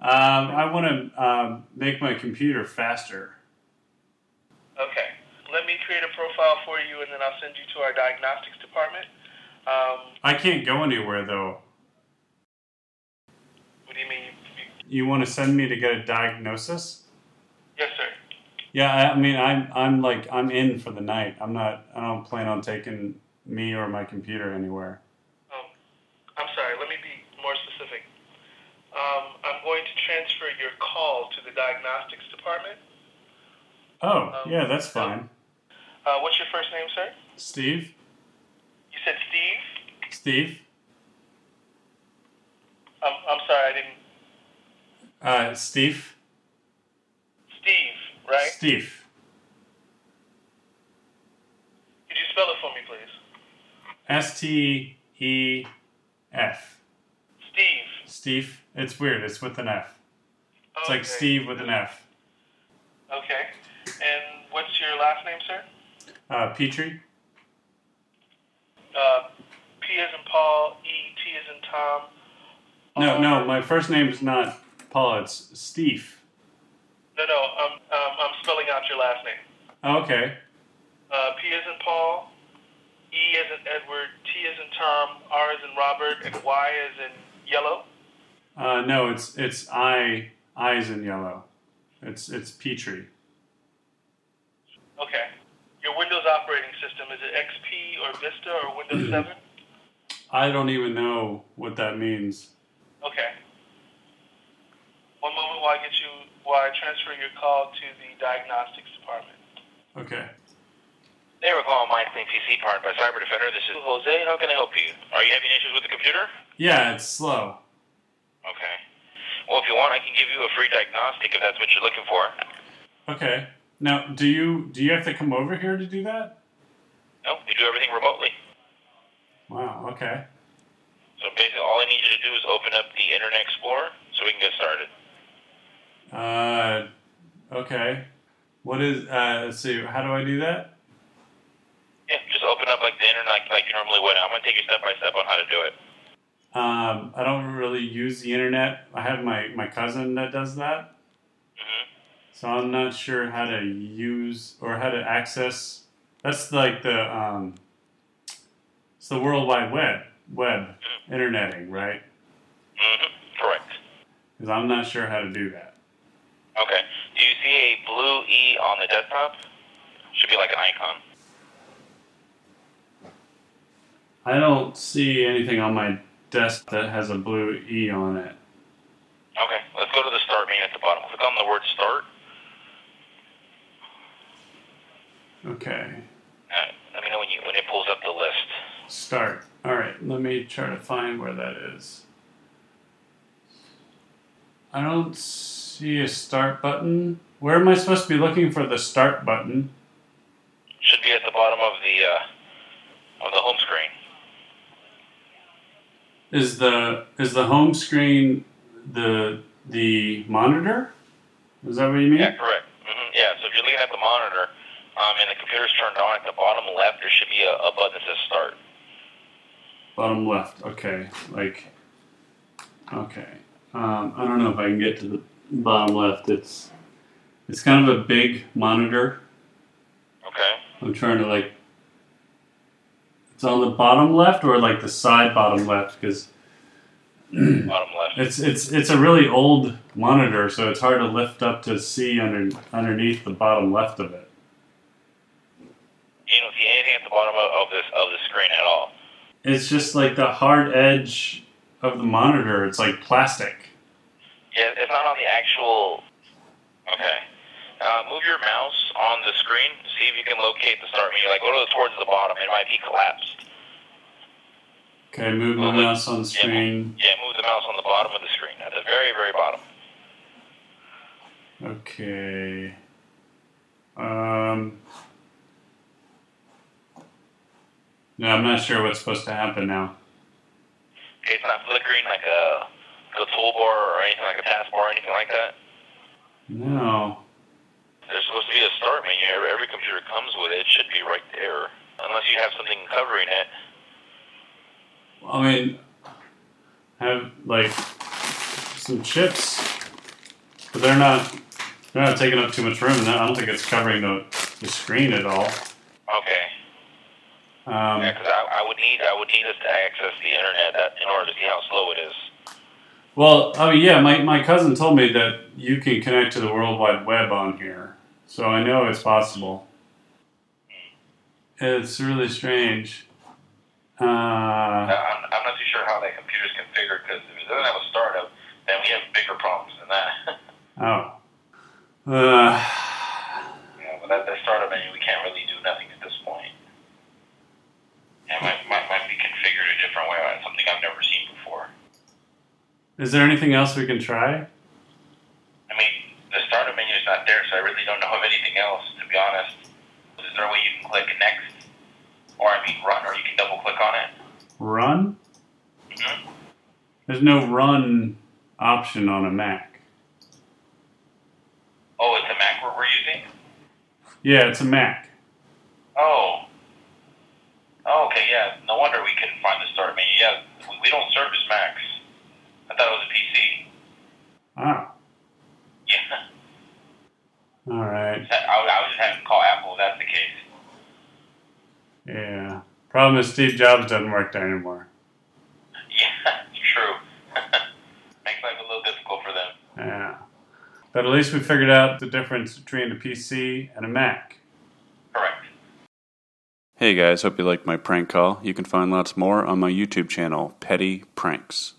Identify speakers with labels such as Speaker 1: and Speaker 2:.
Speaker 1: Um, I want to um, make my computer faster.
Speaker 2: Okay. Let me create a profile for you, and then I'll send you to our diagnostics department. Um,
Speaker 1: I can't go anywhere though.
Speaker 2: what do you mean? You, you,
Speaker 1: You want to send me to get a diagnosis?
Speaker 2: yes, sir.
Speaker 1: Yeah, I, I mean, I'm I'm like I'm in for the night. I'm not. I don't plan on taking me or my computer anywhere.
Speaker 2: Um, I'm sorry. Let me be more specific. Um, I'm going to transfer your call to the diagnostics department. Um,
Speaker 1: Oh, yeah, that's fine.
Speaker 2: Uh, what's your first name, sir?
Speaker 1: Steve,
Speaker 2: You said Steve.
Speaker 1: Steve,
Speaker 2: I'm, Um, I'm sorry, I didn't.
Speaker 1: uh, Steve,
Speaker 2: Steve, right?
Speaker 1: Steve,
Speaker 2: Could you spell it for me, please?
Speaker 1: S T E F,
Speaker 2: Steve.
Speaker 1: Steve. It's weird. It's with an F. It's
Speaker 2: okay.
Speaker 1: like Steve with an F.
Speaker 2: Okay. And what's your last name, sir?
Speaker 1: Uh, Petrie,
Speaker 2: Uh, P as in Paul, E, T as in Tom. Um,
Speaker 1: No,
Speaker 2: R-
Speaker 3: Um,
Speaker 1: no, my first name is not Paul. It's Steve.
Speaker 2: No, no, I'm, um, I'm spelling out your last name.
Speaker 1: Oh, okay.
Speaker 2: Uh, P as in Paul, E as in Edward, T as in Tom, R as in Robert, and Y as in yellow.
Speaker 1: Uh, no, it's it's I eyes in yellow. It's it's Petrie.
Speaker 2: Okay. Your Windows operating system, is it XP or Vista or Windows
Speaker 1: Mm-hmm.
Speaker 2: 7?
Speaker 1: I don't even know what that means.
Speaker 2: Okay. One moment while I get you, while I transfer your call to the diagnostics department.
Speaker 1: Okay.
Speaker 3: They were calling my CPC part by Cyber Defender. This is Jose. How can I help you? Are you having issues with the computer?
Speaker 1: Yeah, it's slow.
Speaker 3: Okay. Well, if you want, I can give you a free diagnostic if that's what you're looking for.
Speaker 1: Okay. Now, do you do you have to come over here to do that?
Speaker 3: No, we do everything remotely.
Speaker 1: Wow. Okay.
Speaker 3: So basically, all I need you to do is open up the Internet Explorer so we can get started.
Speaker 1: Uh, okay. What is? Uh, let's see. How do I do that?
Speaker 3: Yeah, just open up like the Internet like, like you normally would. I'm gonna take you step by step on how to do it.
Speaker 1: Um, I don't really use the internet. I have my my cousin that does that.
Speaker 3: Mm-hmm.
Speaker 1: So I'm not sure how to use or how to access. That's like the um, it's the World Wide Web, web interneting, right?
Speaker 3: Mm-hmm. Correct.
Speaker 1: Because I'm not sure how to do that.
Speaker 3: Okay. Do you see a blue E on the desktop? Should be like an icon.
Speaker 1: I don't see anything on my desk that has a blue E on it.
Speaker 3: Okay, let's go to the start menu at the bottom. Click on the word start.
Speaker 1: Okay,
Speaker 3: Uh, let me know when you when it pulls up the list.
Speaker 1: start. All right, let me try to find where that is. I don't see a start button. Where am I supposed to be looking for the start button?
Speaker 3: Should be at the bottom of the uh, of the home screen.
Speaker 1: Is the is the home screen the the monitor? Is that what you mean?
Speaker 3: correct. hmm Yeah, so if you're looking at the monitor um, and the computer's turned on, at the bottom left there should be a, a button that says start.
Speaker 1: Bottom left. Okay. Like. Okay. Um, I don't know if I can get to the bottom left. It's it's kind of a big monitor.
Speaker 3: Okay.
Speaker 1: I'm trying to like. It's on the bottom left or like the side bottom left because
Speaker 3: Bottom left.
Speaker 1: it's it's it's a really old monitor, so it's hard to lift up to see under underneath the bottom left of it.
Speaker 3: You don't see anything at the bottom of, of this of the screen at all.
Speaker 1: It's just like the hard edge of the monitor. It's like plastic.
Speaker 3: Yeah, it's not on the actual. Okay. Uh, move your mouse on the screen. See if you can locate the start menu. Like go to the, towards the bottom. It might be collapsed.
Speaker 1: Okay, move my mouse on the screen.
Speaker 3: Yeah, move the mouse on the bottom of the screen at the very very bottom.
Speaker 1: Okay. Um. No, I'm not sure what's supposed to happen now.
Speaker 3: Okay, it's not flickering like a like a toolbar or anything like a taskbar or anything like that.
Speaker 1: No.
Speaker 3: There's supposed to be a start menu. Every, every computer comes with it. It should be right there, unless you have something covering it.
Speaker 1: I mean, have like some chips. But they're not they're not taking up too much room, and I don't think it's covering the, the screen at all.
Speaker 3: Okay.
Speaker 1: Um,
Speaker 3: Yeah, 'cause I, I would need I would need us to access the internet that, in order to see how slow it is.
Speaker 1: Well, oh yeah, my, my cousin told me that you can connect to the World Wide Web on here, so I know it's possible. It's really strange. Uh,
Speaker 3: I'm, I'm not too sure how that computer's configured because if it doesn't have a startup, then we have bigger problems than that.
Speaker 1: oh. Uh,
Speaker 3: yeah, but that, that startup menu, we can't really do nothing at this point. It might, might, might be configured a different way. It's something I've never seen before.
Speaker 1: is there anything else we can try?
Speaker 3: I mean, the startup menu is not there, so I really don't know of anything else, to be honest. Is there a way you can click next? Or, I mean, run, or you can double click on it?
Speaker 1: Run?
Speaker 3: Mhm.
Speaker 1: There's no run option on a Mac.
Speaker 3: Oh, it's a Mac we're, we're using?
Speaker 1: Yeah, it's a Mac.
Speaker 3: Oh. Oh, okay, yeah. No wonder we couldn't find the start menu. Yeah, we, we don't service Macs. I thought it was a PC.
Speaker 1: Wow.
Speaker 3: Yeah.
Speaker 1: All right.
Speaker 3: I, would- I would just have to call Apple if that's the case.
Speaker 1: Yeah. Problem is, Steve Jobs doesn't work there anymore.
Speaker 3: Yeah, true. Makes life a little difficult for them.
Speaker 1: Yeah. But at least we figured out the difference between a PC and a Mac.
Speaker 3: Correct.
Speaker 4: Hey guys, hope you liked my prank call. You can find lots more on my YouTube channel, Petty Pranks.